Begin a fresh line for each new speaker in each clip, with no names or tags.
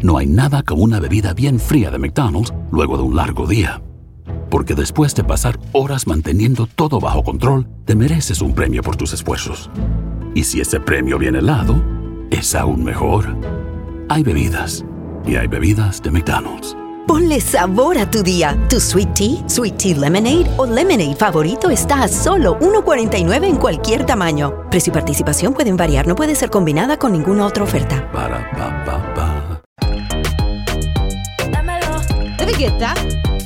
No hay nada como una bebida bien fría de McDonald's luego de un largo día. Porque después de pasar horas manteniendo todo bajo control, te mereces un premio por tus esfuerzos. Y si ese premio viene helado, es aún mejor. Hay bebidas. Y hay bebidas de McDonald's.
Ponle sabor a tu día. Tu sweet tea, sweet tea lemonade o lemonade favorito está a solo 1.49 en cualquier tamaño. Precio y participación pueden variar, no puede ser combinada con ninguna otra oferta.
Para, pa, pa, pa.
Dammelo.
Dove ghetta?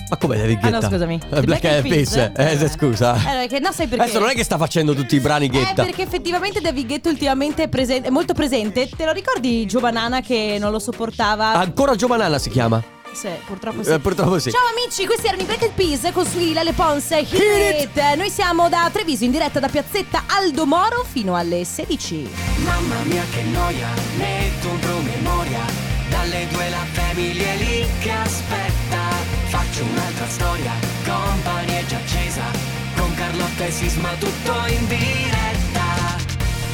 Ma come David
Ah
Guetta?
no, scusami.
Eh, Black Eyed Peas. Eh, se- scusa. Eh,
Allora, che no, sai perché?
Adesso non è che sta facendo tutti i brani
Eh,
Guetta.
perché effettivamente David Guetta ultimamente è, presente- è molto presente. Te lo ricordi Giovanana che non lo sopportava?
Ancora Giovanana si chiama.
Sì, purtroppo sì.
Ah. Eh, purtroppo sì.
Ciao amici, questi erano i Black Eyed Peas con su Lila Le Ponce Hit, It. Noi siamo da Treviso in diretta da Piazzetta Aldo Moro fino alle 16.
Mamma mia che noia, metto un promemoria Dalle due la famiglia è lì che aspetta Faccio un'altra storia, company è già accesa Con Carlotta e Sisma tutto in diretta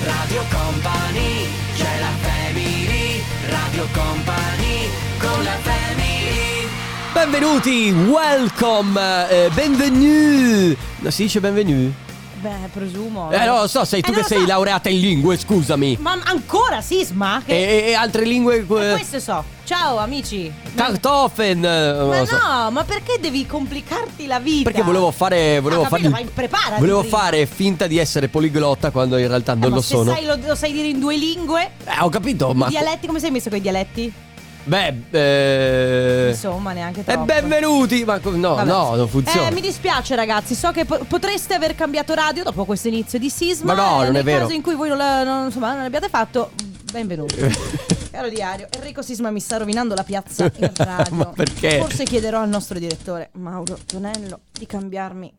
Radio Company, c'è la family Radio Company, con la family
Benvenuti, welcome, eh, benvenue. No, si dice benvenue?
Beh, presumo.
Eh, no, lo so, sei tu
Eh,
che
non lo
sei
so.
laureata in lingue, scusami.
Ma ancora sisma?
E,
Che...
e- e altre lingue.
Eh,
Eh,
Questo so. Ciao amici.
Kartoffeln. eh, non
Ma
lo so.
no, ma perché devi complicarti la vita?
Perché volevo fare. Volevo,
Ah, capito,
fargli-
ma preparati
volevo
prima.
fare finta di essere poliglotta quando in realtà
Eh,
non
ma
lo
se
sono.
sai, lo, lo sai dire in due lingue.
Eh, ho capito, ma.
I dialetti, come sei messo con i dialetti?
Beh, eh...
Insomma, neanche
E
troppo.
benvenuti! Ma co- no,
Vabbè.
no, non funziona.
Eh, mi dispiace, ragazzi. So che po- potreste aver cambiato radio dopo questo inizio di sisma.
Ma no,
Eh,
non è
nel
vero.
caso in cui voi non, la- non- insomma, non l'abbiate fatto, benvenuti. Caro diario, Enrico Sisma mi sta rovinando la piazza in radio.
Ma perché?
Forse chiederò al nostro direttore, Mauro Tonello, di cambiarmi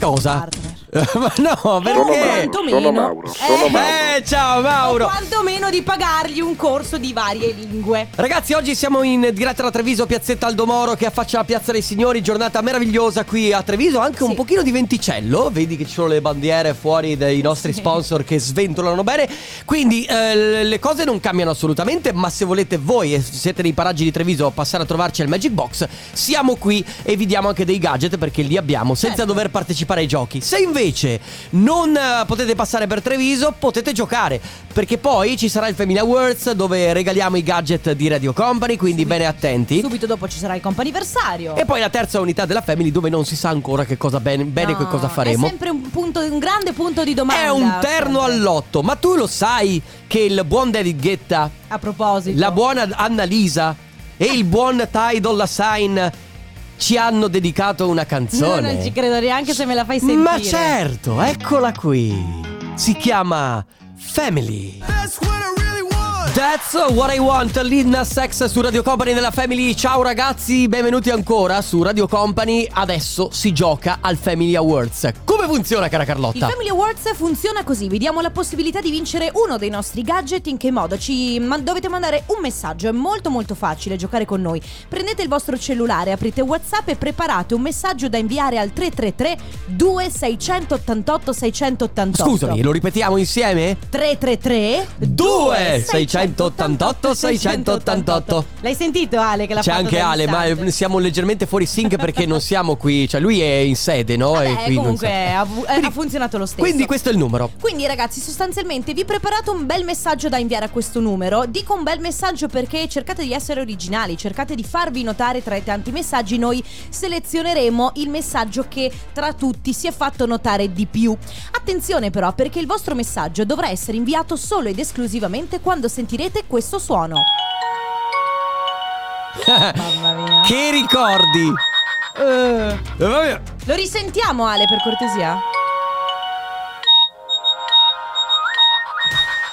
Cosa?
partner.
ma no,
O
perché?
quantomeno.
sono Mauro, sono
eh,
Eh, ciao
O
Mauro!
quantomeno di pagargli un corso di varie lingue.
Ragazzi, oggi siamo in diretta da Treviso, piazzetta Aldomoro che affaccia la Piazza dei Signori, giornata meravigliosa qui a Treviso, anche un
Sì.
pochino di venticello, vedi che ci sono le bandiere fuori dei nostri sponsor che sventolano bene, quindi eh, l- le cose non cambiano assolutamente, ma se volete voi e siete nei paraggi di Treviso passare a trovarci al Magic Box, siamo qui e vi diamo anche dei gadget perché li abbiamo senza
Certo.
dover partecipare ai giochi. Se invece non eh, potete passare per Treviso, potete giocare perché poi ci sarà il Femina Awards dove regaliamo i gadget di Radio Company, quindi bene attenti.
Subito dopo ci sarà il comp'anniversario.
E poi la terza unità della Family dove non si sa ancora che cosa bene, bene
No,
che cosa faremo.
È sempre un, punto, un grande punto di domanda.
È un terno
sempre.
all'otto, ma tu lo sai che il buon David Guetta,
A proposito,
la buona Annalisa e il buon Ty Dolla Sign ci hanno dedicato una
No,
canzone.
non ci credo neanche se me la fai sentire.
Ma certo, eccola qui. Si chiama Family. That's what I want, Linda Sex su Radio Company della Family. Ciao ragazzi, benvenuti ancora su Radio Company. Adesso si gioca al Family Awards. Come funziona, cara
Il
Carlotta?
Family Awards funziona così, vi diamo la possibilità di vincere uno dei nostri gadget, in che modo? Ci ma- dovete mandare un messaggio, è molto molto facile giocare con noi. Prendete il vostro cellulare, aprite WhatsApp e preparate un messaggio da inviare al 333 2688 688.
Scusami, lo ripetiamo insieme?
333
2 688 688.
L'hai sentito Ale che l'ha
C'è
fatto
anche
dal
Ale, ma
messaggio?
eh, siamo leggermente fuori sync perché non siamo qui, cioè lui è in sede, no?
Vabbè,
E qui non
comunque
sa-
ha, vu- eh, ha funzionato lo stesso.
Quindi questo è il numero.
Quindi ragazzi, sostanzialmente vi preparate un bel messaggio da inviare a questo numero. Dico un bel messaggio perché cercate di essere originali, cercate di farvi notare tra i tanti messaggi. Noi selezioneremo il messaggio che tra tutti si è fatto notare di più. Attenzione però perché il vostro messaggio dovrà essere inviato solo ed esclusivamente quando sentirete questo suono. Mamma mia.
Che ricordi? Eh, vabbè.
Lo risentiamo Ale per cortesia?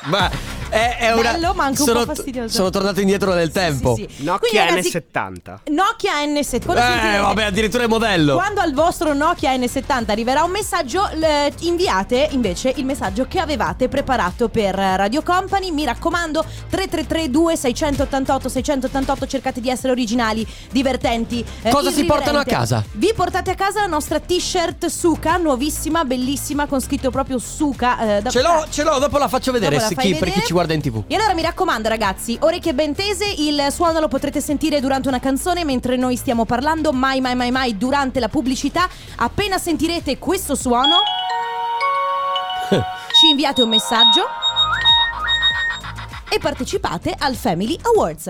Ma è, è una.
Bello, ma anche un
sono,
po' fastidioso.
sono tornato indietro nel tempo.
Sì, sì, sì. Quindi,
Nokia
ragazzi,
N70
Nokia N70. Quando
Eh,
sentirete-
vabbè, addirittura è modello.
Quando al vostro Nokia N70 arriverà un messaggio, l- inviate invece il messaggio che avevate preparato per eh, Radio Company. Mi raccomando, 3332 688 688, cercate di essere originali, divertenti. eh,
Cosa si
irriverenti.
portano a casa?
Vi portate a casa la nostra t-shirt Suka, nuovissima, bellissima, con scritto proprio Suka. eh, da-
Ce l'ho, ce l'ho, dopo la faccio vedere.
Dopo la
se
fai
chi- per chi
vedere,
ci guarda in tv.
E allora mi raccomando ragazzi, orecchie ben tese, il suono lo potrete sentire durante una canzone mentre noi stiamo parlando, mai mai mai mai durante la pubblicità. Appena sentirete questo suono ci inviate un messaggio e partecipate al Family Awards.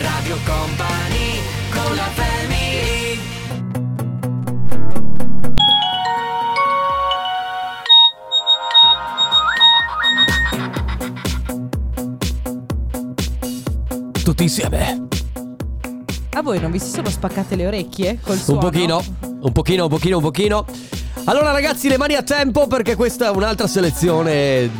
Radio Company con la family
Tutti insieme.
A voi non vi si sono spaccate le orecchie col
Un pochino, un pochino, un pochino, un pochino. Allora ragazzi, le mani a tempo perché questa è un'altra selezione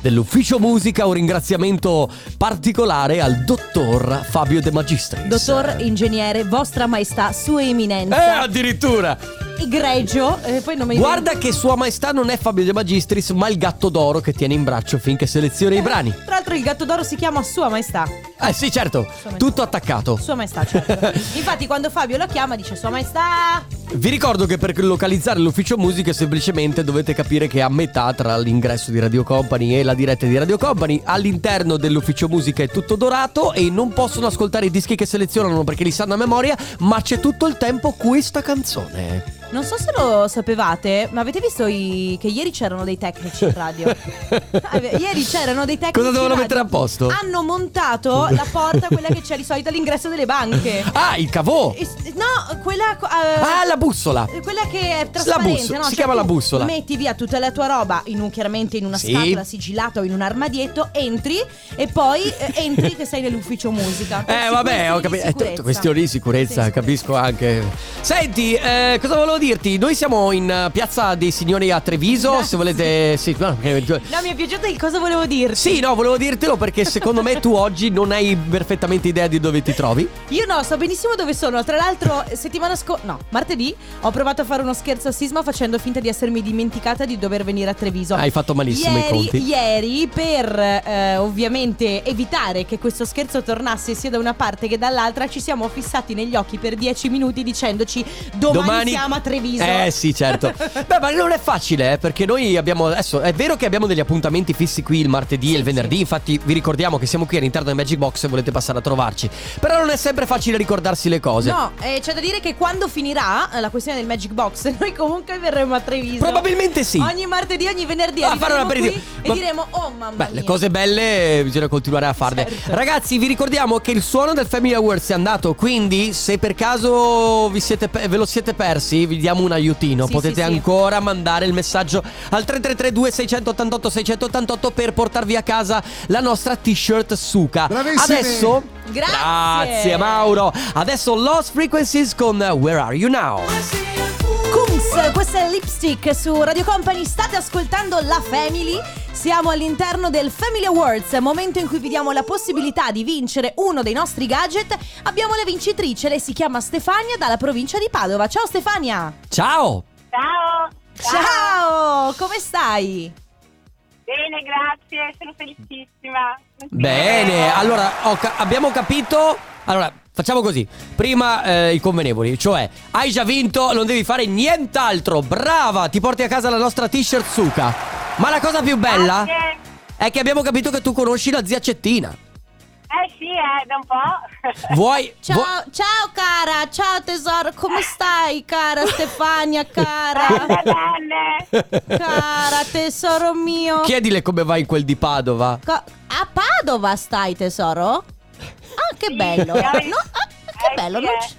dell'ufficio musica, un ringraziamento particolare al dottor Fabio De Magistris.
Dottor ingegnere, vostra maestà, sua
Eh,
eminenza,
addirittura!
egregio, eh, poi non mi
Guarda che sua maestà non è Fabio De Magistris, ma il gatto d'oro che tiene in braccio finché seleziona i brani.
Eh, Tra l'altro il gatto d'oro si chiama Sua Maestà.
Eh sì, certo, tutto attaccato.
Sua Maestà, certo. Infatti quando Fabio la chiama dice Sua Maestà.
Vi ricordo che per localizzare l'ufficio musica semplicemente dovete capire che è a metà tra l'ingresso di Radio Company e la diretta di Radio Company. All'interno dell'ufficio musica è tutto dorato e non possono ascoltare i dischi che selezionano perché li sanno a memoria, ma c'è tutto il tempo questa canzone.
Non so se lo sapevate, ma avete visto i- che ieri c'erano dei tecnici in radio? Ah, beh, ieri c'erano dei tecnici.
Cosa
in
dovevano
radio.
mettere a posto?
Hanno montato la porta, quella che c'è di solito all'ingresso delle banche.
Ah, il cavò!
E s- No, quella. co- eh,
Ah, la bussola!
Quella che è trasparente,
bussola,
no? Cioè,
si chiama
tu
la bussola.
Metti via tutta la tua roba in un, chiaramente in una
Sì.
scatola sigillata o in un armadietto, entri e poi eh, entri che sei nell'ufficio musica. Per
Eh vabbè,
sicurezza
ho
e
capito. È
sicurezza.
tutto questione di sicurezza,
Sì,
capisco anche. Senti, eh, cosa volevo dirti? Noi siamo in eh, Piazza dei Signori a Treviso. Se
Grazie.
volete. Sì, no, eh,
No, mi è piaciuto il cosa volevo dirti.
sì, no, volevo dirtelo perché secondo me tu oggi non hai perfettamente idea di dove ti trovi.
Io no, so benissimo dove sono. Tra l'altro, settimana scorsa, no, martedì, ho provato a fare uno scherzo a Sisma facendo finta di essermi dimenticata di dover venire a Treviso.
Hai fatto malissimo
ieri,
i conti.
Ieri, per eh, ovviamente evitare che questo scherzo tornasse sia da una parte che dall'altra, ci siamo fissati negli occhi per 10 minuti dicendoci domani, siamo a Treviso.
Eh sì, certo. Beh, ma non è facile, eh, perché noi abbiamo adesso è vero che abbiamo degli appuntamenti fissi qui il martedì e il venerdì, infatti vi ricordiamo che siamo qui all'interno del Magic Box se volete passare a trovarci. Però non è sempre facile ricordarsi le cose.
No, eh, c'è da dire che quando finirà eh, la questione del Magic Box, noi comunque verremo a Treviso.
Probabilmente sì.
Ogni martedì, ogni venerdì
A fare un
arriveremo
aperitivo.
qui e
Ma-
diremo "Oh mamma
Beh,
mia".
le cose belle bisogna continuare a farle.
Certo.
Ragazzi, vi ricordiamo che il suono del Family Awards è andato, quindi se per caso vi siete pe- ve lo siete persi, vi diamo un aiutino.
Sì,
Potete
sì, sì.
ancora mandare il messaggio al 3332 688 688 per portarvi a casa la nostra t-shirt Suka.
Bravissimi.
Adesso
Grazie.
Grazie Mauro. Adesso Lost Frequencies con Where Are You Now?
Kungs, questo è Lipstick su Radio Company, state ascoltando la Family. Siamo all'interno del Family Awards, momento in cui vi diamo la possibilità di vincere uno dei nostri gadget. Abbiamo la vincitrice, lei si chiama Stefania dalla provincia di Padova. Ciao Stefania!
Ciao!
Ciao.
Ciao, come stai?
Bene, grazie, sono felicissima.
Bene, allora ho ca- abbiamo capito. Allora, facciamo così. Prima eh, i convenevoli, cioè hai già vinto, non devi fare nient'altro. Brava, ti porti a casa la nostra t-shirt Suka. Ma la cosa più bella
Grazie.
è che abbiamo capito che tu conosci la zia Cettina.
Eh sì, eh, da un po'.
Vuoi
Ciao,
vuo-
ciao cara, ciao tesoro, come stai cara Stefania, cara?
Bene.
Cara tesoro mio.
chiedile come vai in quel di Padova?
Co- a Padova stai tesoro? Ah che
Sì,
bello! No, ah,
dai.
che
Eh,
bello!
sì,
Non
eh.
ci,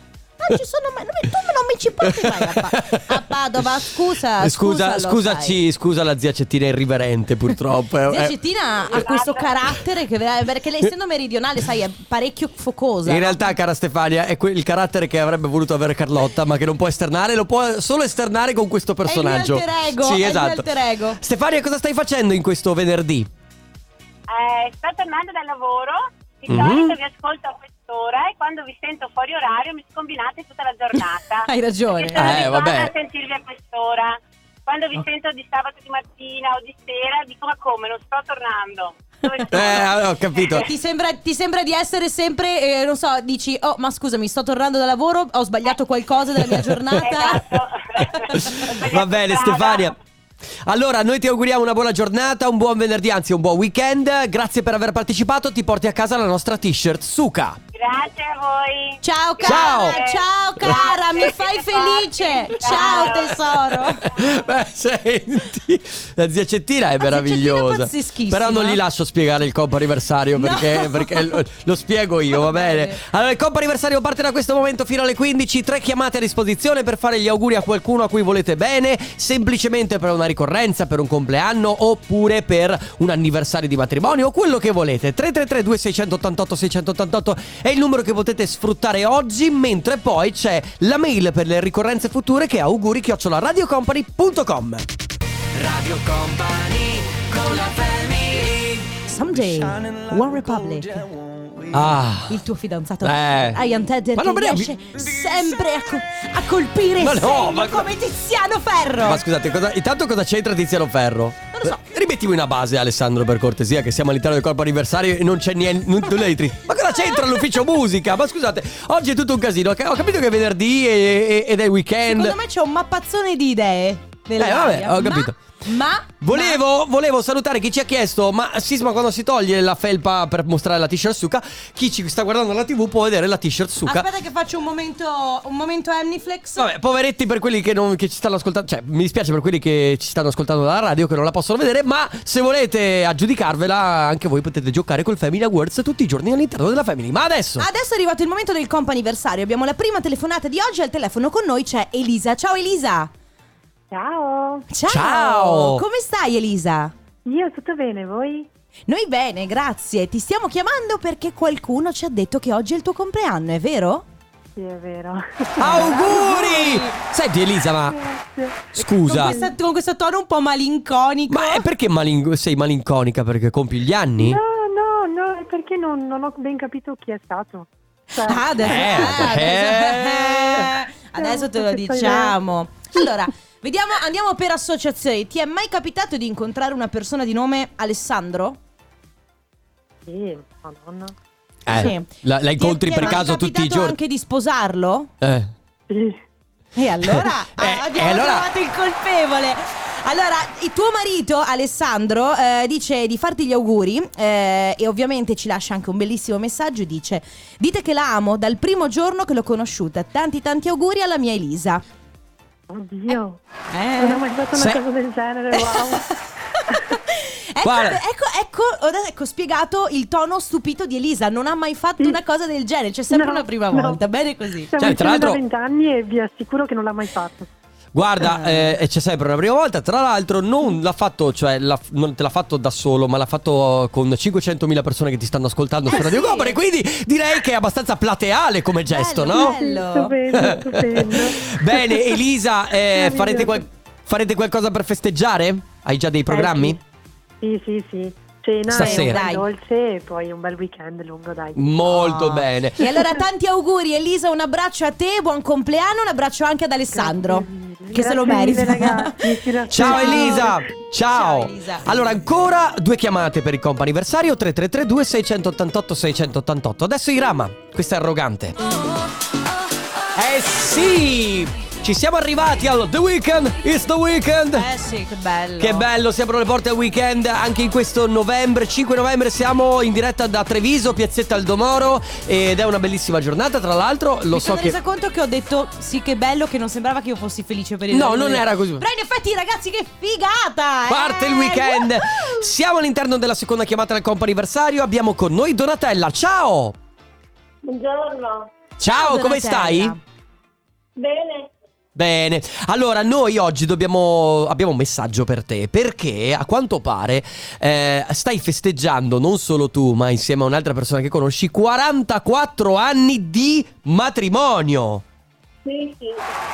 non ci sono mai, non mi- tu non mi ci porti mai a, Pa- a Padova, scusa.
Eh,
scusa,
Scusa,
lo sai.
scusaci, scusa la zia Cettina irriverente purtroppo. eh,
Zia
eh.
Cettina
Esatto.
ha questo carattere che perché lei essendo meridionale, sai, è parecchio focosa.
In realtà, cara Stefania, è quel- il carattere che avrebbe voluto avere Carlotta, ma che non può esternare, lo può solo esternare con questo
il mio
personaggio.
alter ego, è il
sì,
mio
esatto.
alter ego.
Stefania, cosa stai facendo in questo venerdì?
Eh, sto tornando dal lavoro, di
Mhm.
solito vi ascolto a quest'ora e quando vi sento fuori orario mi scombinate tutta la giornata.
Hai ragione.
Perché sono
Eh,
abituata
vabbè.
a sentirvi a quest'ora. Quando vi sento di sabato di mattina o di sera dico ma come, non sto tornando. Dove sono?
Eh, ho capito.
Ti sembra, ti sembra di essere sempre, eh, non so, dici, oh ma scusami, sto tornando da lavoro, ho sbagliato qualcosa della mia giornata.
Esatto.
Va bene, Stefania. Allora, noi ti auguriamo una buona giornata, un buon venerdì, anzi un buon weekend. Grazie per aver partecipato. Ti porti a casa la nostra t-shirt Suka.
Grazie a voi.
Ciao cara, ciao,
Ciao.
cara, mi
Grazie,
fai
siete forti.
felice. Ciao tesoro.
Beh, senti,
La
la zia Cettina è
zia Cettina è
meravigliosa.
pazzeschissima.
Però non gli lascio spiegare il compo anniversario
No.
perché, perché lo, lo spiego io, va
Va bene.
bene? Allora, il compo anniversario parte da questo momento fino alle 15. Tre chiamate a disposizione per fare gli auguri a qualcuno a cui volete bene, semplicemente per una ricorrenza, per un compleanno oppure per un anniversario di matrimonio o quello che volete. 333 688 688 è il numero che potete sfruttare oggi, mentre poi c'è la mail per le ricorrenze future che è auguri radiocompany.com.
Radio Company con la family
Someday One Republic,
Ah.
il tuo fidanzato
Eh.
Ian Tedder
Ma non
che
me ne-
riesce sempre a, co- a colpire
Ma
ma
no, ma-
come Tiziano Ferro.
Ma scusate, cosa- intanto cosa c'entra Tiziano Ferro? Non
lo so.
Rimettimi una base, Alessandro, per cortesia, che siamo all'interno del corpo anniversario e non c'è niente. Non, nulla di tri- Ma cosa c'entra l'ufficio musica? Ma scusate, oggi è tutto un casino. Ho capito che è venerdì e- e- ed è weekend.
Secondo me c'è un mappazzone di idee. nella
Eh, vabbè,
aria.
ho capito.
Ma, ma-
Volevo, volevo salutare chi ci ha chiesto, ma Sisma quando si toglie la felpa per mostrare la t-shirt suca, chi ci sta guardando la tv può vedere la t-shirt suca.
Aspetta che faccio un momento un momento Amniflex.
Vabbè, poveretti per quelli che, non, che ci stanno ascoltando, cioè mi dispiace per quelli che ci stanno ascoltando dalla radio che non la possono vedere, ma se volete aggiudicarvela anche voi potete giocare col Family Awards tutti i giorni all'interno della Family. Ma adesso...
Adesso è arrivato il momento del comp anniversario. Abbiamo la prima telefonata di oggi. Al telefono con noi c'è Elisa. Ciao Elisa.
Ciao,
Ciao.
Ciao.
Come stai Elisa?
io tutto bene, voi?
Noi bene, grazie. Ti stiamo chiamando perché qualcuno ci ha detto che oggi è il tuo compleanno, è vero?
Sì, è vero.
Auguri! Senti Elisa, ma
Grazie.
scusa,
Con, questa- con questo tono un po' malinconico.
ma è perché malin- sei malinconica? Perché compi gli anni?
No, no, no, è perché non, non ho ben capito chi è stato. Cioè,
Ah, adesso,
Eh,
ah,
eh.
adesso- adesso te lo diciamo. Allora, vediamo, andiamo per associazioni. Ti è mai capitato di incontrare una persona di nome Alessandro?
Sì, madonna.
Eh, La, la
Ti è-
incontri
ti è
per
mai
caso tutti i
capitato
giorni?
anche di sposarlo?
Eh.
Sì.
E allora
Eh,
ah, abbiamo
e allora-
trovato il colpevole. Allora, il tuo marito Alessandro eh, dice di farti gli auguri eh, e ovviamente ci lascia anche un bellissimo messaggio. Dice: Dite che la amo dal primo giorno che l'ho conosciuta. Tanti, tanti auguri alla mia Elisa.
Oddio, non ho
Eh.
mai fatto
Se-
una cosa del genere, wow.
Ecco,
Guarda.
ecco, ecco, ora ecco spiegato il tono stupito di Elisa. Non ha mai fatto
Sì.
una cosa del genere. C'è sempre
No,
una prima
no.
volta. Bene così.
Siamo
Cioè,
insieme
tra l'altro-
da vent'anni e vi assicuro che non l'ha mai fatto.
Guarda,
Eh.
eh, e c'è sempre una prima volta. Tra l'altro, non l'ha fatto, cioè, l'ha- non te l'ha fatto da solo, ma l'ha fatto con 500.000 persone che ti stanno ascoltando
Eh
su Radio
sì.
Company. Quindi direi che è abbastanza plateale come gesto,
Bello,
no?
Bello.
Stupendo, stupendo.
Bene, Elisa, eh, farete, qual- farete qualcosa per festeggiare? Hai già
Eh,
dei programmi?
Sì, sì, sì. Cena
Stasera.
e
Dai.
un bel dolce e poi un bel weekend lungo, dai.
Molto
Ah.
bene.
E allora tanti auguri Elisa, un abbraccio a te, buon compleanno, un abbraccio anche ad Alessandro
Grazie mille.
che se lo
Grazie mille,
merita.
ragazzi, ci raccomando.
Ciao Elisa! Ciao!
Ciao, Elisa.
Allora, ancora due chiamate per il comp anniversario 3332 688 688. Adesso Irama, questa è arrogante. Eh sì! Ci siamo arrivati al The Weekend! It's the Weekend!
Eh sì, che bello.
Che bello, si aprono le porte al weekend anche in questo novembre, 5 novembre siamo in diretta da Treviso, Piazzetta Aldomoro ed è una bellissima giornata, tra l'altro lo
Mi
so
sono
che...
resa conto che ho detto sì che bello che non sembrava che io fossi felice per il
No,
lavoro.
non era così.
Però in effetti ragazzi che figata! eh!
Parte il weekend!
Woohoo!
Siamo all'interno della seconda chiamata del compo anniversario, abbiamo con noi Donatella, ciao!
Buongiorno.
Ciao,
Donatella.
come stai?
Bene.
Bene, allora noi oggi dobbiamo, abbiamo un messaggio per te perché a quanto pare eh, stai festeggiando non solo tu ma insieme a un'altra persona che conosci 44 anni di matrimonio.
Sì, sì.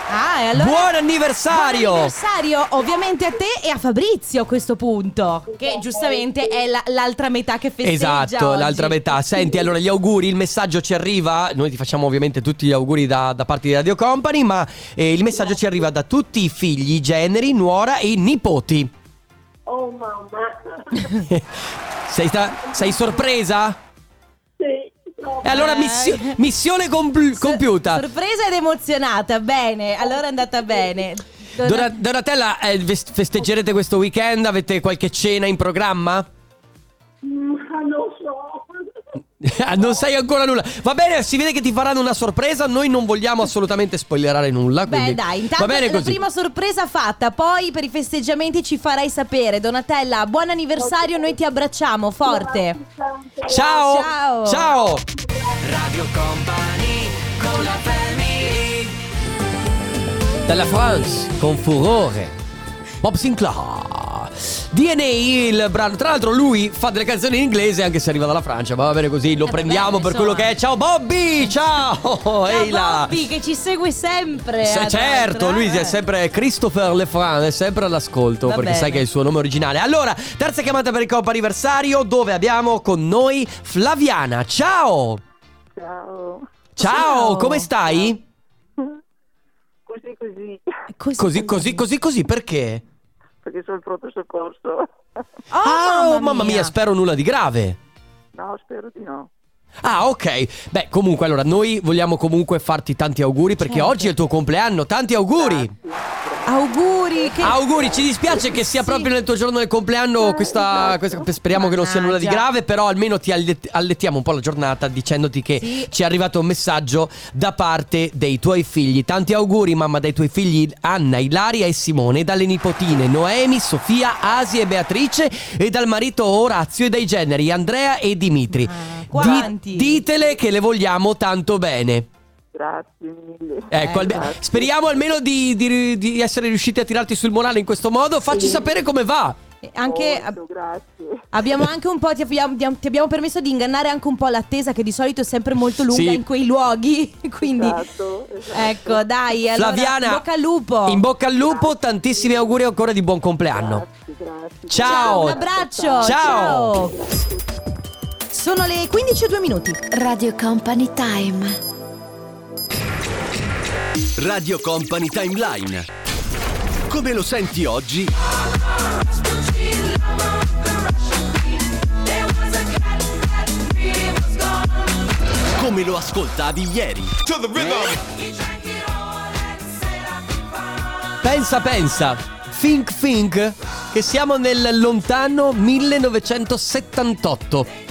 Ah, e allora
Buon anniversario!
Buon anniversario ovviamente a te e a Fabrizio a questo punto, che giustamente è la- l'altra metà che festeggia
Esatto,
oggi.
l'altra metà. Senti, allora gli auguri, il messaggio ci arriva. Noi ti facciamo ovviamente tutti gli auguri da, da parte di Radio Company, ma eh, il messaggio ci arriva da tutti i figli, i generi, nuora e i nipoti.
Oh mamma.
Sei, sta- sei sorpresa?
Sì.
E allora
Eh.
missio- missione compl-
Sor-
compiuta.
Sorpresa ed emozionata, bene, allora è andata bene.
Dona- Donatella, eh, ves- festeggerete questo weekend? Avete qualche cena in programma?
Ma non so.
Ah, non sai ancora nulla. Va bene, si vede che ti faranno una sorpresa. Noi non vogliamo assolutamente spoilerare nulla.
Beh
quindi
dai, intanto
va bene
è la
così.
prima sorpresa fatta, poi per i festeggiamenti ci farai sapere. Donatella, buon anniversario, noi ti abbracciamo forte.
Ciao!
Ciao.
Ciao!
Radio Company con la family
Dalla France, con furore. Bob Sinclair. DNA il brano. Tra l'altro lui fa delle canzoni in inglese anche se arriva dalla Francia, ma va bene così, lo
va
prendiamo
bene,
per quello che
Eh, insomma.
è. Ciao Bobby! Ciao! Ehi là.
Bobby, che ci segue sempre.
Se-
eh,
certo,
tra-
lui è
eh.
sempre Christopher Lefran, è sempre all'ascolto
Va
perché
bene.
sai che è il suo nome originale. Allora, terza chiamata per il Coppa Anniversario dove abbiamo con noi Flaviana. Ciao!
Ciao.
Ciao,
Ciao.
come stai?
Così così,
Eh, Così,
Così, così, così, così, perché?
perché sono il pronto soccorso.
Oh,
ah, oh, mamma mia, spero nulla di grave.
No, spero di no.
Ah, ok. Beh, comunque, allora, noi vogliamo comunque farti tanti auguri perché
Certo.
oggi è il tuo compleanno. Tanti auguri!
Auguri, che
Auguri, ci dispiace che sia
Sì. Esatto.
proprio nel tuo giorno del compleanno questa, questa- speriamo che non sia nulla di
Mannaggia.
grave, però almeno ti allet- allettiamo un po' la giornata dicendoti che
Sì.
ci è arrivato un messaggio da parte dei tuoi figli. Tanti auguri mamma dai tuoi figli Anna, Ilaria e Simone, dalle nipotine Noemi, Sofia, Asi e Beatrice e dal marito Orazio e dai generi Andrea e Dimitri.
Ah,
Di-
quanti?
ditele che le vogliamo tanto bene.
Grazie mille.
Ecco, alme-
Ecco.
speriamo almeno di, di- di essere riusciti a tirarti sul morale in questo modo. Facci sapere come va.
anche
Molto, grazie.
abbiamo anche un po' ti abbiamo, ti abbiamo permesso di ingannare anche un po' l'attesa che di solito è sempre molto lunga
Sì.
in quei luoghi, quindi
Esatto, esatto.
Ecco, dai, allora,
Flaviana,
in bocca al lupo.
In bocca al lupo, tantissimi auguri ancora di buon compleanno.
Grazie, grazie.
Ciao.
un abbraccio.
Ciao.
Ciao. Sono le 15 e 2 minuti.
Radio Company Time.
Radio Company Timeline. Come lo senti oggi? Come lo ascoltavi ieri?
Pensa, pensa. Think, think. Che siamo nel lontano 1978.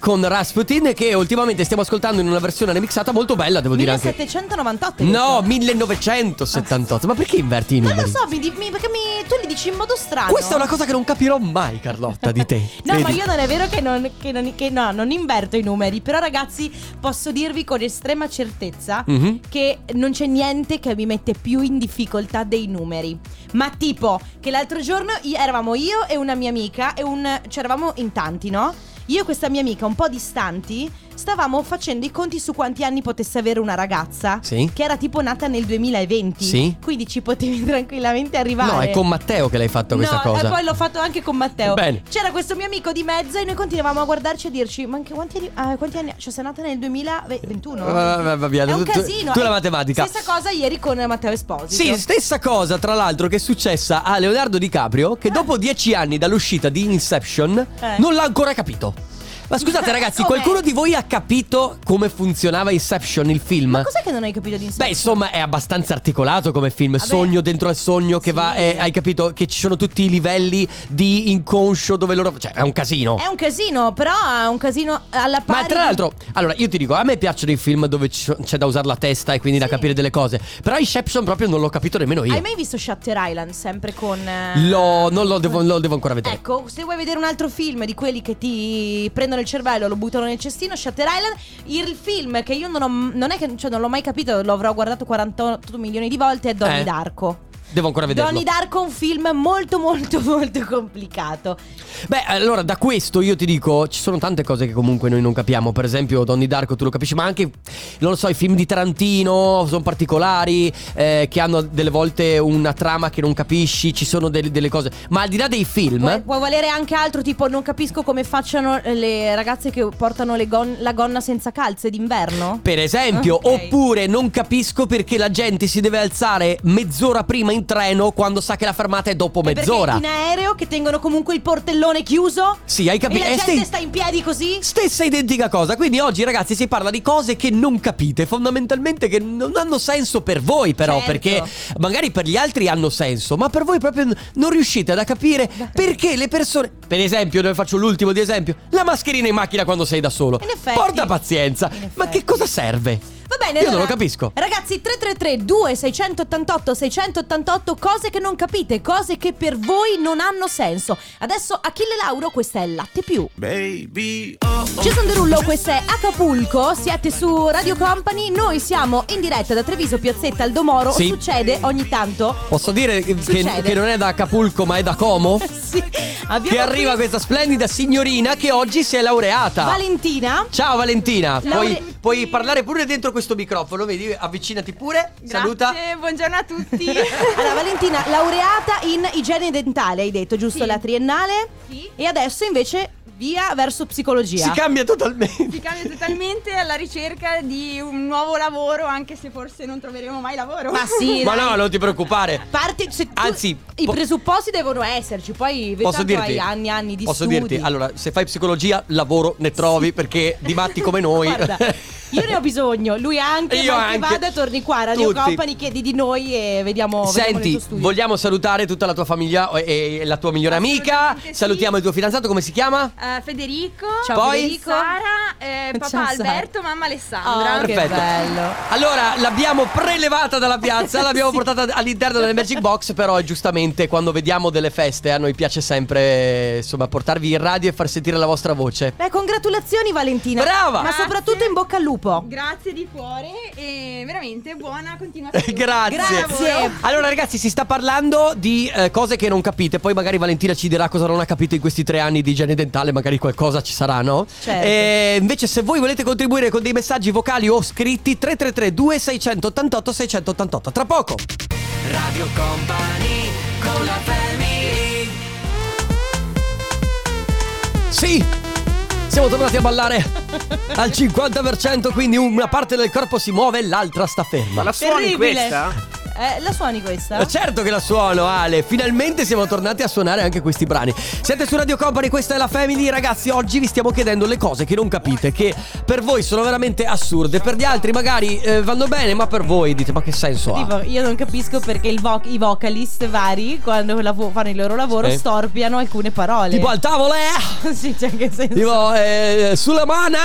Con Rasputin che ultimamente stiamo ascoltando in una versione remixata molto bella, devo dire anche.
1798. hai
No,
detto?
1978. Ma perché inverti i
Non
numeri?
lo so, mi di- mi- perché mi- tu li dici in modo strano.
Questa è una cosa che non capirò mai, Carlotta, di te.
Ah, No, ma
Vedi?
io non è vero che non, che non- che no, non inverto i numeri. Però, ragazzi, posso dirvi con estrema certezza
Mhm.
che non c'è niente che mi mette più in difficoltà dei numeri. Ma tipo, che l'altro giorno i- eravamo io e una mia amica e un... cioè eravamo in tanti, no? Io e questa mia amica un po' distanti stavamo facendo i conti su quanti anni potesse avere una ragazza
Sì.
che era tipo nata nel 2020.
Sì.
Quindi ci potevi tranquillamente arrivare.
No, è con Matteo che l'hai fatto questa
no,
cosa.
e poi l'ho fatto anche con Matteo.
Bene.
C'era questo mio amico di mezzo e noi continuavamo a guardarci e dirci: Ma anche quanti anni? ah, quanti anni? Cioè, sei nata nel 2021?
Eh, Va- va- va via,
È un
tu- tu-
casino.
tu la
Eh,
matematica.
Stessa cosa ieri con Matteo Esposito.
Sì, stessa cosa tra l'altro che è successa a Leonardo DiCaprio che dopo dieci anni dall'uscita di Inception
Eh.
non l'ha ancora capito. Ma scusate ragazzi,
Come?
qualcuno di voi ha capito come funzionava Inception il film?
Ma cos'è che non hai capito di
Beh, insomma, è abbastanza articolato come film. Sogno dentro al sogno che
Sì.
va. eh, hai capito che ci sono tutti i livelli di inconscio dove loro. Cioè, è un casino.
È un casino, però è un casino alla pari.
Ma tra l'altro, allora io ti dico, a me piacciono i film dove ci- c'è da usare la testa e quindi da
Sì.
capire delle cose. Però Inception proprio non l'ho capito nemmeno
Hai
io.
mai visto Shutter Island? Sempre con. eh,
Lo, non lo devo, lo devo ancora vedere.
Ecco, se vuoi vedere un altro film di quelli che ti prendono il cervello e lo buttano nel cestino, Shutter Island, il film che io non, ho, non è che, cioè, non l'ho mai capito, lo avrò guardato 48 milioni di volte, è Donnie
Eh.
Darko.
Devo ancora vederlo.
Donnie Darko è un film molto molto molto complicato.
Beh, allora da questo io ti dico, ci sono tante cose che comunque noi non capiamo. Per esempio, Donnie Darko tu lo capisci, ma anche, non lo so, i film di Tarantino sono particolari, eh, che hanno delle volte una trama che non capisci, ci sono delle, delle cose. Ma al di là dei film...
Può, può valere anche altro, tipo non capisco come facciano le ragazze che portano le gon- la gonna senza calze d'inverno.
Per esempio,
Ok.
oppure non capisco perché la gente si deve alzare mezz'ora prima in in treno quando sa che la fermata è dopo
E perché
mezz'ora.
in aereo che tengono comunque il portellone chiuso?
Sì, hai capito? Eh,
E la gente sta in piedi così?
Stessa identica cosa, quindi oggi ragazzi si parla di cose che non capite, fondamentalmente che non hanno senso per voi però,
Certo.
perché magari per gli altri hanno senso, ma per voi proprio n- non riuscite ad a capire perché le persone... Per esempio, dove faccio l'ultimo di esempio, la mascherina in macchina quando sei da solo.
In effetti.
Porta pazienza,
In
ma
effetti.
che cosa serve?
Va bene,
Io
allora,
non lo capisco.
Ragazzi, 333 2688 688 cose che non capite, cose che per voi non hanno senso. Adesso Achille Lauro, questa è Latte più.
Baby, oh, oh.
Jason Derullo, questo è Acapulco, siete su Radio Company, noi siamo in diretta da Treviso Piazzetta al Domoro,
Sì.
succede ogni tanto.
Posso dire che,
Succede.
che non è da Acapulco ma è da Como?
Sì, abbiamo
che arriva
qui
questa splendida signorina che oggi si è laureata.
Valentina.
Ciao Valentina,
Laure-
puoi, puoi parlare pure dentro questo microfono, vedi? Avvicinati pure, saluta.
buongiorno a tutti.
Allora, Valentina, laureata in igiene dentale, hai detto, giusto?
Sì.
La triennale?
Sì.
E adesso invece via verso psicologia.
Si cambia totalmente.
Si cambia totalmente alla ricerca di un nuovo lavoro, anche se forse non troveremo mai lavoro.
Ma Ah, sì,
Ma
dai.
no, non ti preoccupare.
Parti- se tu-
Anzi,
i
po-
presupposti devono esserci, poi
Posso
tanto
dirti?
hai anni e anni di
Posso
studi.
dirti? Allora, se fai psicologia, lavoro ne trovi perché di matti come noi.
Guarda, io ne ho bisogno, lui anche,
Io
ma
anche.
vada torni qua, Radio
Tutti.
Company, chiedi di noi e vediamo, vediamo nel
Senti,
tuo studio.
vogliamo salutare tutta la tua famiglia eh, e e la tua migliore amica.
Assolutamente sì.
Salutiamo il tuo fidanzato, come si chiama?
Eh, Federico,
Ciao,
Poi?
Federico.
Sara, eh, papà
Ciao, Sara.
Alberto, mamma Alessandra.
Oh, che
Perfetto.
bello.
Allora, l'abbiamo prelevata dalla piazza, l'abbiamo portata all'interno delle Magic Box, però giustamente quando vediamo delle feste a noi piace sempre insomma portarvi in radio e far sentire la vostra voce.
Beh, congratulazioni Valentina.
Brava!
Ma
Grazie.
soprattutto in bocca al lupo.
Grazie di cuore e veramente buona continuazione.
Grazie.
Buon lavoro.
Allora ragazzi si sta parlando di eh, cose che non capite, poi magari Valentina ci dirà cosa non ha capito in questi tre anni di igiene dentale, magari qualcosa ci sarà, no?
Certo.
E invece se voi volete contribuire con dei messaggi vocali o scritti 333 2688 688, tra poco.
Radio Company con la family.
Sì! Siamo tornati a ballare al 50%, quindi una parte del corpo si muove e l'altra sta ferma.
La suoni
Terribile.
questa?
Eh, la suoni questa?
Ma Certo che la suono Ale, finalmente siamo tornati a suonare anche questi brani. Siete su Radio Company, questa è la Family, ragazzi, oggi vi stiamo chiedendo le cose che non capite, che per voi sono veramente assurde, per gli altri magari eh, vanno bene, ma per voi dite ma che senso ha?
Tipo, io non capisco perché il vo- i vocalist vari, quando lavo- fanno il loro lavoro,
Sì.
storpiano alcune parole.
Tipo al tavolo, eh?
sì, c'è anche senso.
Tipo eh, sulla mana!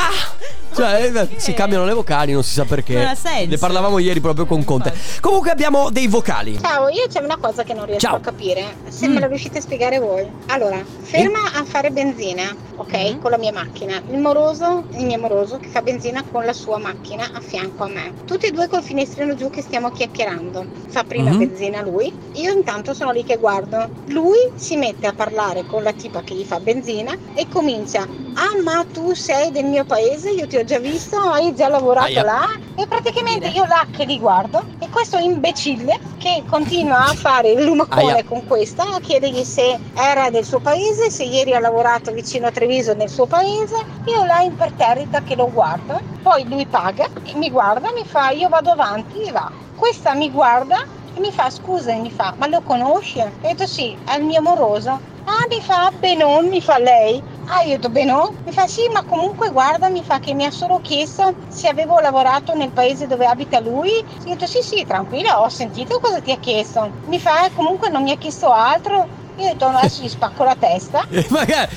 Cioè, eh, si cambiano le vocali, non si sa perché.
Non ha senso.
Ne parlavamo ieri proprio con Conte. Comunque abbiamo dei vocali.
Ciao, io c'è una cosa che non riesco
Ciao. Mm.
a capire, se me la riuscite a spiegare voi. Allora, ferma a fare benzina, ok,
Mm-hmm.
con la mia macchina. Il moroso, il mio moroso che fa benzina con la sua macchina a fianco a me. Tutti e due col finestrino giù che stiamo chiacchierando. Fa prima
Mhm.
benzina lui, io intanto sono lì che guardo. Lui si mette a parlare con la tipa che gli fa benzina e comincia Ah, ma tu sei del mio paese, io ti ho già visto, hai già lavorato
Aia.
là. E praticamente io là che li guardo e questo imbecille che continua a fare
Aia.
l'umacone con questa, a chiedergli se era del suo paese, se ieri ha lavorato vicino a Treviso nel suo paese. Io là imperterrita che lo guardo, poi lui paga, e mi guarda, mi fa io vado avanti e va. Questa mi guarda e mi fa scusa, mi fa ma lo conosci? E ho detto sì, è il mio amoroso. Ah, mi fa Benon, mi fa lei. Ah, io ho detto Benon. Mi fa sì, ma comunque guarda, mi fa che mi ha solo chiesto se avevo lavorato nel paese dove abita lui. Io ho detto sì, sì, tranquilla, ho sentito cosa ti ha chiesto. Mi fa "Eh, comunque non mi ha chiesto altro. Io ho detto "No, adesso gli spacco la testa.
Eh, ma che-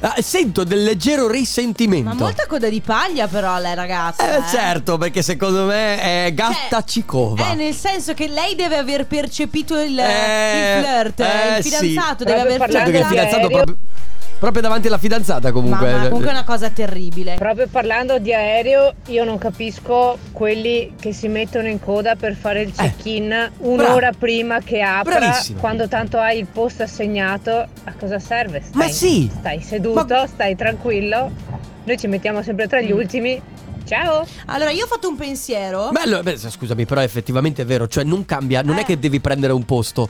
ah, sento del leggero risentimento.
Ma molta coda di paglia però lei ragazza.
Eh, certo, perché secondo me è gatta
Cioè,
cicova.
Eh, nel senso che lei deve aver percepito il,
Eh,
il flirt,
eh,
il fidanzato
sì.
deve aver
Proprio
certo che il
Guarda,
fidanzato
serio?
proprio, proprio davanti alla fidanzata comunque.
Mamma, comunque è una cosa terribile.
Proprio parlando di aereo, io non capisco quelli che si mettono in coda per fare
Eh,
il check-in un'ora prima che apra,
Bravissima.
quando tanto hai il posto assegnato. A cosa serve? Stai,
Ma sì.
Stai seduto,
Ma- Mm.
stai tranquillo. Noi ci mettiamo sempre tra gli ultimi. Ciao!
Allora, io ho fatto un pensiero.
Bello, beh, scusami, però effettivamente è vero, cioè non cambia, non è
Eh.
che devi prendere un posto.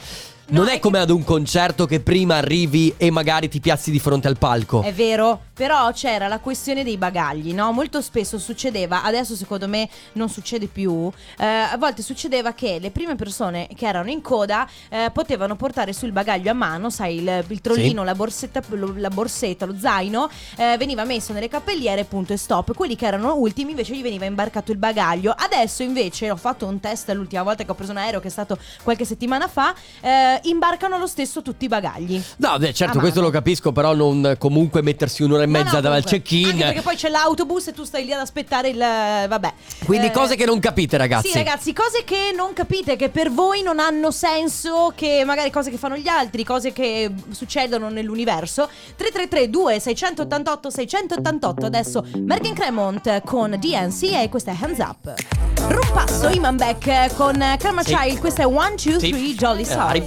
No, è
Non è
che- Eh.
come ad un concerto che prima arrivi e magari ti piazzi di fronte al palco.
È vero. Però c'era la questione dei bagagli, no? Molto spesso succedeva, adesso secondo me non succede più, eh, a volte succedeva che le prime persone che erano in coda eh, potevano portare sul bagaglio a mano, sai, il, il trollino, la, borsetta, lo, la borsetta, lo zaino, eh, veniva messo nelle cappelliere, punto e stop. Quelli che erano ultimi invece gli veniva imbarcato il bagaglio. Adesso invece ho fatto un test l'ultima volta che ho preso un aereo, che è stato qualche settimana fa, eh, imbarcano lo stesso tutti i bagagli.
No, beh,
A
certo,
mano.
questo lo capisco, però non comunque mettersi un'ora e
Ah, No,
mezza
no,
davanti
comunque.
al check-in.
Anche perché poi c'è l'autobus e tu stai lì ad aspettare il. Vabbè.
Quindi
Eh,
cose che non capite, ragazzi.
Sì, ragazzi, cose che non capite, che per voi non hanno senso, che magari cose che fanno gli altri, cose che succedono nell'universo. 333 688 688 adesso Martin Cremont con DNC e questa è Hands Up. Rumpasso Iman Beck con Karma
Sì. Eh,
Child, questa è 1, 2, 3, Jolly Sorry.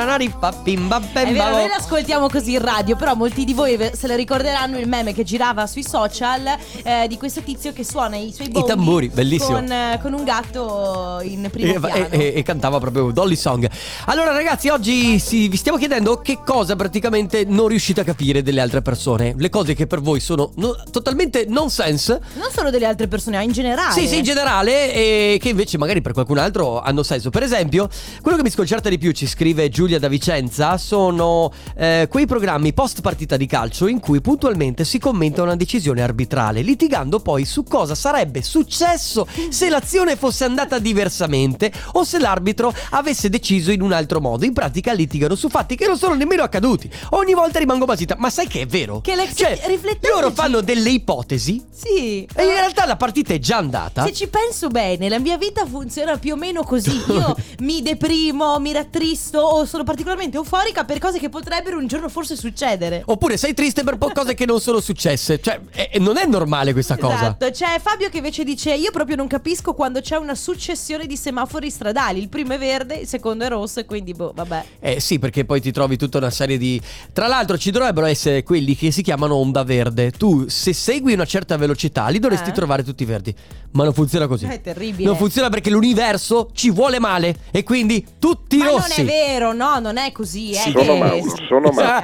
È vero, noi
Sorry.
l'ascoltiamo così in radio, però molti di voi ve- se le ricorderanno il meme che girava sui social eh, di questo tizio che suona i suoi bonghi
tamburi, bellissimo. Eh,
Con, eh, con un gatto in primo
E,
piano.
e- e cantava proprio Dolly Song. Allora, ragazzi, oggi sì, vi stiamo chiedendo che cosa praticamente non riuscite a capire delle altre persone. Le cose che per voi sono no- totalmente nonsense.
Non solo delle altre persone, ma in generale.
Sì, sì, in generale, e che invece magari per qualcun altro hanno senso. Per esempio, quello che mi sconcerta di più, ci scrive Giulia da Vicenza, sono eh, quei programmi post partita di calcio in cui puntualmente si commenta una decisione arbitrale, litigando poi su cosa sarebbe successo se l'azione fosse andata diversamente o se l'arbitro avesse deciso in un altro modo. In pratica litigano su fatti che non sono nemmeno accaduti. Ogni volta rimango basita, ma sai che è vero? Cioè,
Che le- riflettendoci-
loro fanno delle ipotesi
Sì.
e in realtà la partita è già andata.
Se ci penso bene, la mia vita funziona più o meno così. Io mi deprimo, mi rattristo o sono particolarmente euforica per cose che potrebbero un giorno forse succedere.
Oppure sei triste per po- cose che non sono successe. Cioè, è- non è normale questa cosa.
Esatto, c'è Fabio che invece dice io proprio non capisco quando c'è una successione di semafori stradali, il primo è verde, il secondo è rosso e quindi boh, vabbè.
Eh sì, perché poi ti trovi tutta una serie di. Tra l'altro, ci dovrebbero essere quelli che si chiamano onda verde. Tu, se segui una certa velocità, li dovresti
Eh.
trovare tutti verdi. Ma non funziona così.
È terribile.
Non funziona perché l'universo ci vuole male. E quindi tutti
Ma non
rossi.
è vero, no, non è così, eh.
Sono
che-
Mauro, sono Mauro.
Ah,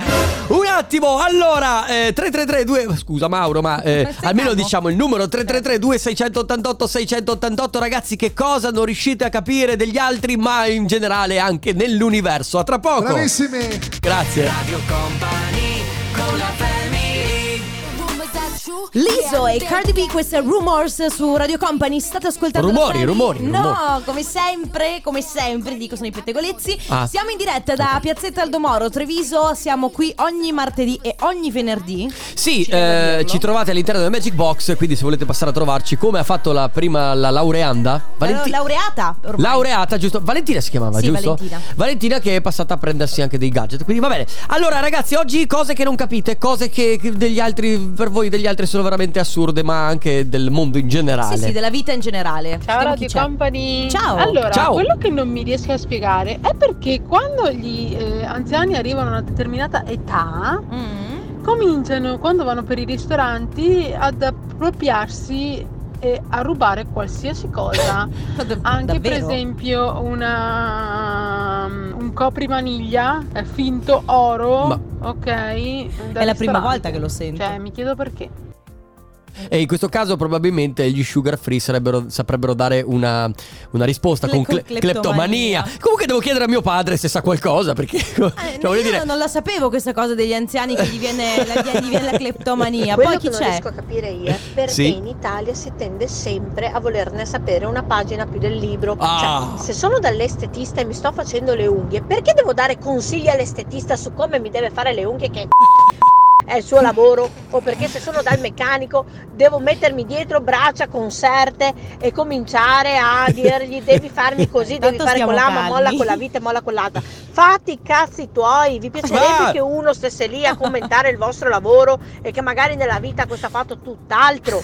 Un attimo, allora eh, 3332 scusa Mauro, ma eh, almeno diciamo il numero 3332 688 688 ragazzi che cosa non riuscite a capire degli altri, ma in generale anche nell'universo. A tra poco.
Bravissimi.
Grazie.
Lizzo e Cardi B, questa è Rumors su Radio Company, state ascoltando
Rumori,
la radio?
rumori,
No,
rumori.
come sempre, come sempre, dico sono i pettegolezzi
Ah.
Siamo in diretta da Piazzetta Aldomoro, Treviso, siamo qui ogni martedì e ogni venerdì
Sì, eh, ci trovate all'interno della Magic Box, quindi se volete passare a trovarci, come ha fatto la prima la laureanda, Valenti-
Ero laureata ormai.
Laureata, giusto? Valentina si chiamava,
Sì,
giusto?
Valentina.
Valentina che è passata a prendersi anche dei gadget. Quindi va bene. Allora, ragazzi, oggi cose che non capite, cose che che degli altri, per voi degli altri sono veramente assurde, ma anche del mondo in generale.
Sì, sì, della vita in generale.
Ciao
Vediamo
Radio
chi c'è.
Company.
Ciao.
Allora,
Ciao.
quello che non mi riesco a spiegare è perché quando gli eh, anziani arrivano a una determinata età,
Mm.
cominciano, quando vanno per i ristoranti, ad appropriarsi e a rubare qualsiasi cosa. Anche
Eh,
davvero?
per esempio una, um, un coprimaniglia eh, finto oro,
Ma-
ok? da
È la prima
ristorante.
volta che lo sento.
Cioè, mi chiedo perché.
E in questo caso probabilmente gli sugar free sarebbero- saprebbero dare una, una risposta
Cle-
con cle-
con
cleptomania.
cleptomania.
Comunque devo chiedere a mio padre se sa qualcosa, perché... cioè, voglio
Eh, Io
dire...
non la sapevo questa cosa degli anziani che gli viene la, gli viene la cleptomania.
Quello
Poi chi
che non
c'è?
riesco a capire io è perché
Eh, Sì.
in Italia si tende sempre a volerne sapere una pagina più del libro.
Ah.
Cioè, se sono dall'estetista e mi sto facendo le unghie, perché devo dare consigli all'estetista su come mi deve fare le unghie che è il suo lavoro? O perché se sono dal meccanico devo mettermi dietro braccia concerte e cominciare a dirgli devi farmi così, devi
Tanto
fare
stiamo
con ma
calmi.
molla con la vite, molla con l'altra. Fatti i cazzi tuoi, vi piacerebbe
Ah.
che uno stesse lì a commentare il vostro lavoro e che magari nella vita questo ha fatto tutt'altro.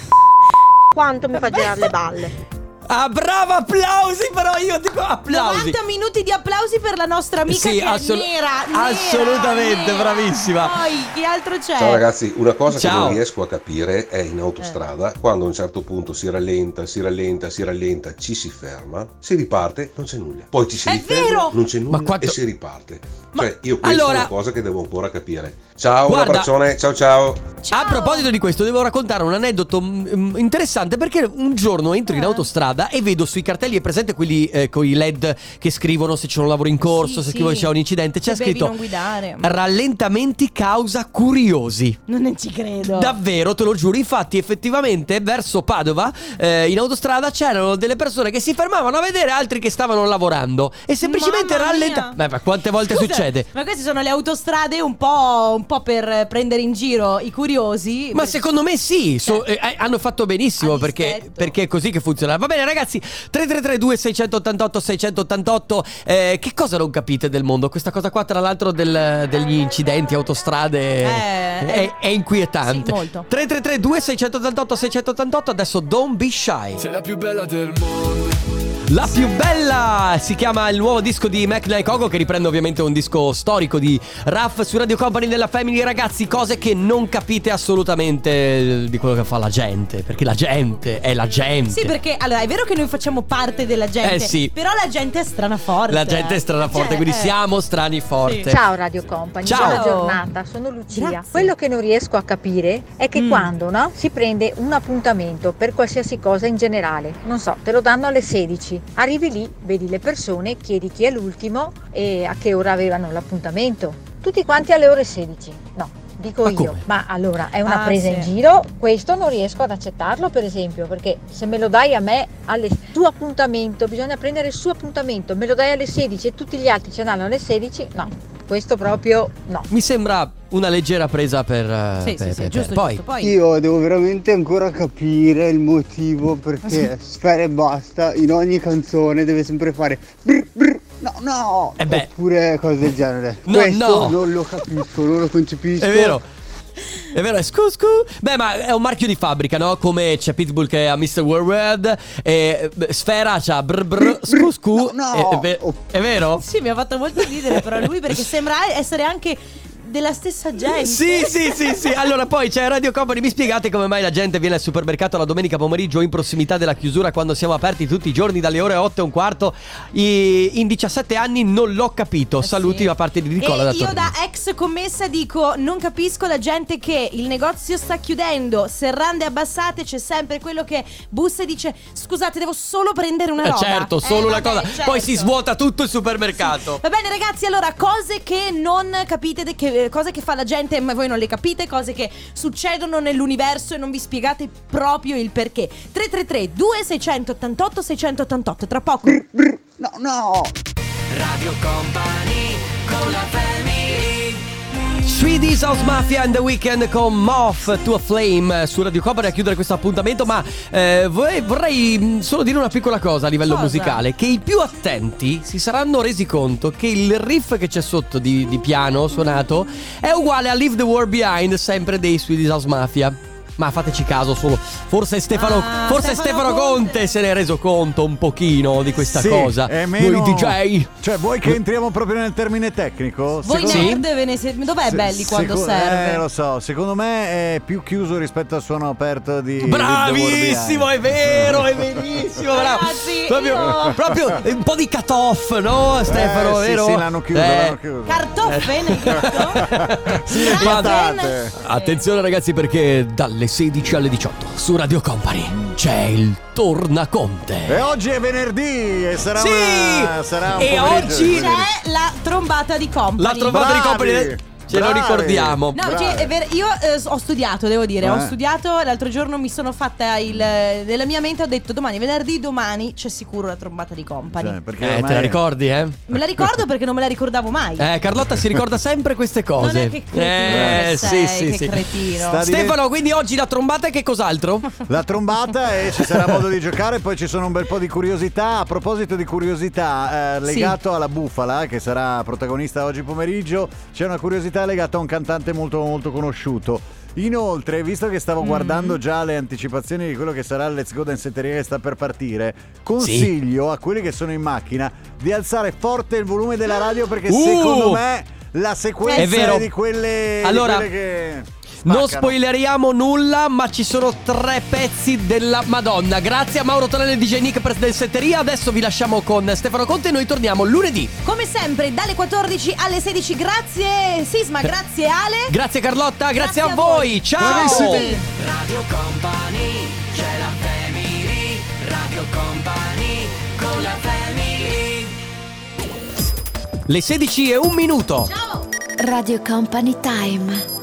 Quanto mi fa girare le balle.
Ah, brava, applausi, però io dico applausi.
90 minuti di applausi per la nostra amica
Sì,
che
assol-
è nera, nera.
assolutamente, bravissima.
Poi, che altro c'è?
Ciao ragazzi, una cosa
Ciao. Eh.
che non riesco a capire è in autostrada quando a un certo punto si rallenta, si rallenta, si rallenta, ci si ferma, si riparte, non c'è nulla. Poi ci si
È
riferma,
vero!
non c'è nulla
quanto-
e si riparte. Cioè, io questa
Allora-
è una cosa che devo ancora capire. Ciao, un
Guarda-
abbraccione, ciao ciao.
A proposito di questo, devo raccontare un aneddoto mm, interessante perché un giorno entro
Eh.
in autostrada e vedo sui cartelli, è presente quelli con i LED che scrivono se c'è un lavoro in corso,
Sì,
se
sì.
scrivono c'è un incidente, c'è
Se bevi
scritto
non guidare.
rallentamenti causa curiosi.
Non ne ci credo.
Davvero, te lo giuro. Infatti, effettivamente, verso Padova, eh, in autostrada c'erano delle persone che si fermavano a vedere altri che stavano lavorando e semplicemente
Mamma
rallentavano.
mia.
Ma quante volte
Scusa,
succede?
Ma queste sono le autostrade un po', un po' per eh, prendere in giro i curiosi.
Ma secondo me sì, so- eh, eh, hanno fatto benissimo perché, perché è così che funziona. Va bene ragazzi, 3332 688 688, eh, che cosa non capite del mondo? Questa cosa qua tra l'altro del- degli incidenti, autostrade, è, è inquietante.
Eh. sì, molto.
3332 688 688, adesso don't be shy.
Sei la più bella del mondo.
La più bella si chiama il nuovo disco di Mac e Kogo che riprende ovviamente un disco storico di Raff su Radio Company della Family ragazzi cose che non capite assolutamente eh, di quello che fa la gente perché la gente è la gente
Sì, perché allora è vero che noi facciamo parte della gente,
Eh, sì.
però la gente è strana forte.
la gente è strana forte
Cioè,
quindi
eh.
siamo strani forte
Ciao Radio Company,
Ciao.
buona giornata, sono Lucia. Mm.
Grazie.
Quello che non riesco a capire è che quando no, si prende un appuntamento per qualsiasi cosa in generale, non so, te lo danno alle 16, arrivi lì, vedi le persone, chiedi chi è l'ultimo e a che ora avevano l'appuntamento. Tutti quanti alle ore 16, no, dico
Ma
io.
come?
Ma allora è una
Ah,
presa
sì.
in giro, questo non riesco ad accettarlo per esempio, perché se me lo dai a me al tuo appuntamento, bisogna prendere il suo appuntamento, me lo dai alle 16 e tutti gli altri ce l'hanno alle 16, no, questo proprio no.
mi sembra una leggera presa per, eh,
Sì, sì,
per-
sì,
per-
giusto,
poi
Io devo veramente ancora capire il motivo
Ah,
perché Sfera e Basta in ogni canzone deve sempre fare brr, brr, no no
Eh beh.
oppure cose del genere.
No,
Questo
no.
non lo capisco, non lo concepisco.
È vero. È vero, è scu, scu. Beh, ma è un marchio di fabbrica, no? Come c'è Pitbull che ha Mr. Worldwide e eh, Sfera c'ha brr brr, scu scu.
no.
È, è ve- è vero?
Sì, mi ha fatto molto ridere però lui perché sembra essere anche della stessa gente.
Sì, sì, sì, sì. Allora, poi c'è Radio Company. Mi spiegate come mai la gente viene al supermercato la domenica pomeriggio in prossimità della chiusura quando siamo aperti tutti i giorni dalle ore 8 e un quarto? I- In 17 anni non l'ho capito. Saluti da parte di Nicola
Eh, e
da
io
Torino.
da ex commessa dico non capisco la gente che il negozio sta chiudendo, serrande abbassate, c'è sempre quello che bussa e dice "Scusate, devo solo prendere una
Eh,
roba". certo.
certo, solo una cosa. Poi si svuota tutto il supermercato.
Va bene ragazzi, allora cose che non capite, de- che- eh, cose che fa la gente ma voi non le capite, cose che succedono nell'universo e non vi spiegate proprio il perché. 333 2688 688, tra poco.
No, no.
Radio Company con la family.
Swedish House Mafia and the Weekend con Moth to a Flame eh, su Radio Company a chiudere questo appuntamento ma eh, vorrei, vorrei, mh, solo dire una piccola cosa a livello
Cosa?
musicale che i più attenti si saranno resi conto che il riff che c'è sotto di, di piano suonato è uguale a Leave the World Behind sempre dei Swedish House Mafia ma fateci caso solo forse Stefano,
Ah,
forse
Stefano
Stefano, Conte. se ne è reso conto un pochino di questa
Sì,
cosa
è meno-
noi DJ
Cioè, vuoi che entriamo proprio nel termine tecnico?
Voi
Secondo-
nerd ve ne siete- Dov'è
Se-
Belli quando
seco-
serve?
Eh, lo so, secondo me è più chiuso rispetto al suono aperto di
Bravissimo, è vero, è benissimo. bravo.
Ragazzi,
proprio,
io-
proprio un po' di cut off, no, Stefano?
Eh, sì,
vero? Eh.
sì, l'hanno chiuso, l'hanno chiuso.
Cartoffe nel
Eh. Sì,
Guarda-
patate.
Attenzione ragazzi perché dalle 16 alle 18 su Radio Company c'è il Tornaconte.
E oggi è venerdì e sarà
Sì!
una- sarà un
E
pomeriggio di
oggi-
venerdì.
C'è la trombata di company.
La trovata di Company ce lo
bravi.
ricordiamo.
No, cioè, è ver- io eh, s- ho studiato, devo dire, ho
Oh, Eh.
studiato, l'altro giorno mi sono fatta il... eh, nella mia mente ho detto domani, è venerdì, domani c'è sicuro la trombata di company.
Cioè,
perché
eh,
ormai-
te la ricordi, eh?
Me la ricordo perché non me la ricordavo mai.
Eh, Carlotta si ricorda sempre queste cose.
Non è che cretino
eh,
che sei,
sì, sì,
che
sì.
cretino.
Sta divent-
Stefano, quindi oggi la trombata e che cos'altro?
La trombata e ci sarà modo di giocare, poi ci sono un bel po' di curiosità. A proposito di curiosità, eh,
Sì.
legato alla
eh,
bufala, che sarà protagonista oggi pomeriggio, c'è una curiosità legata a un cantante molto molto conosciuto.
Inoltre, visto che
Mm.
stavo guardando già le anticipazioni di quello che sarà il Let's Go Dansetteria che sta per partire, consiglio a quelli che sono in macchina di alzare forte il volume della radio perché
Uh!
secondo me la sequenza
È vero.
di quelle di
Allora,
quelle che
Non
spaccano.
spoileriamo nulla, ma ci sono tre pezzi della Madonna. Grazie a Mauro Tonelli e DJ Nick per Densetteria. Adesso vi lasciamo con Stefano Conte e noi torniamo lunedì.
Come sempre, dalle 14 alle 16. Grazie Sisma, grazie Ale.
Grazie Carlotta, grazie, a voi. Ciao!
Radio Company, c'è la family, Radio Company, con la family.
Le 16 e un minuto.
Radio Company Time.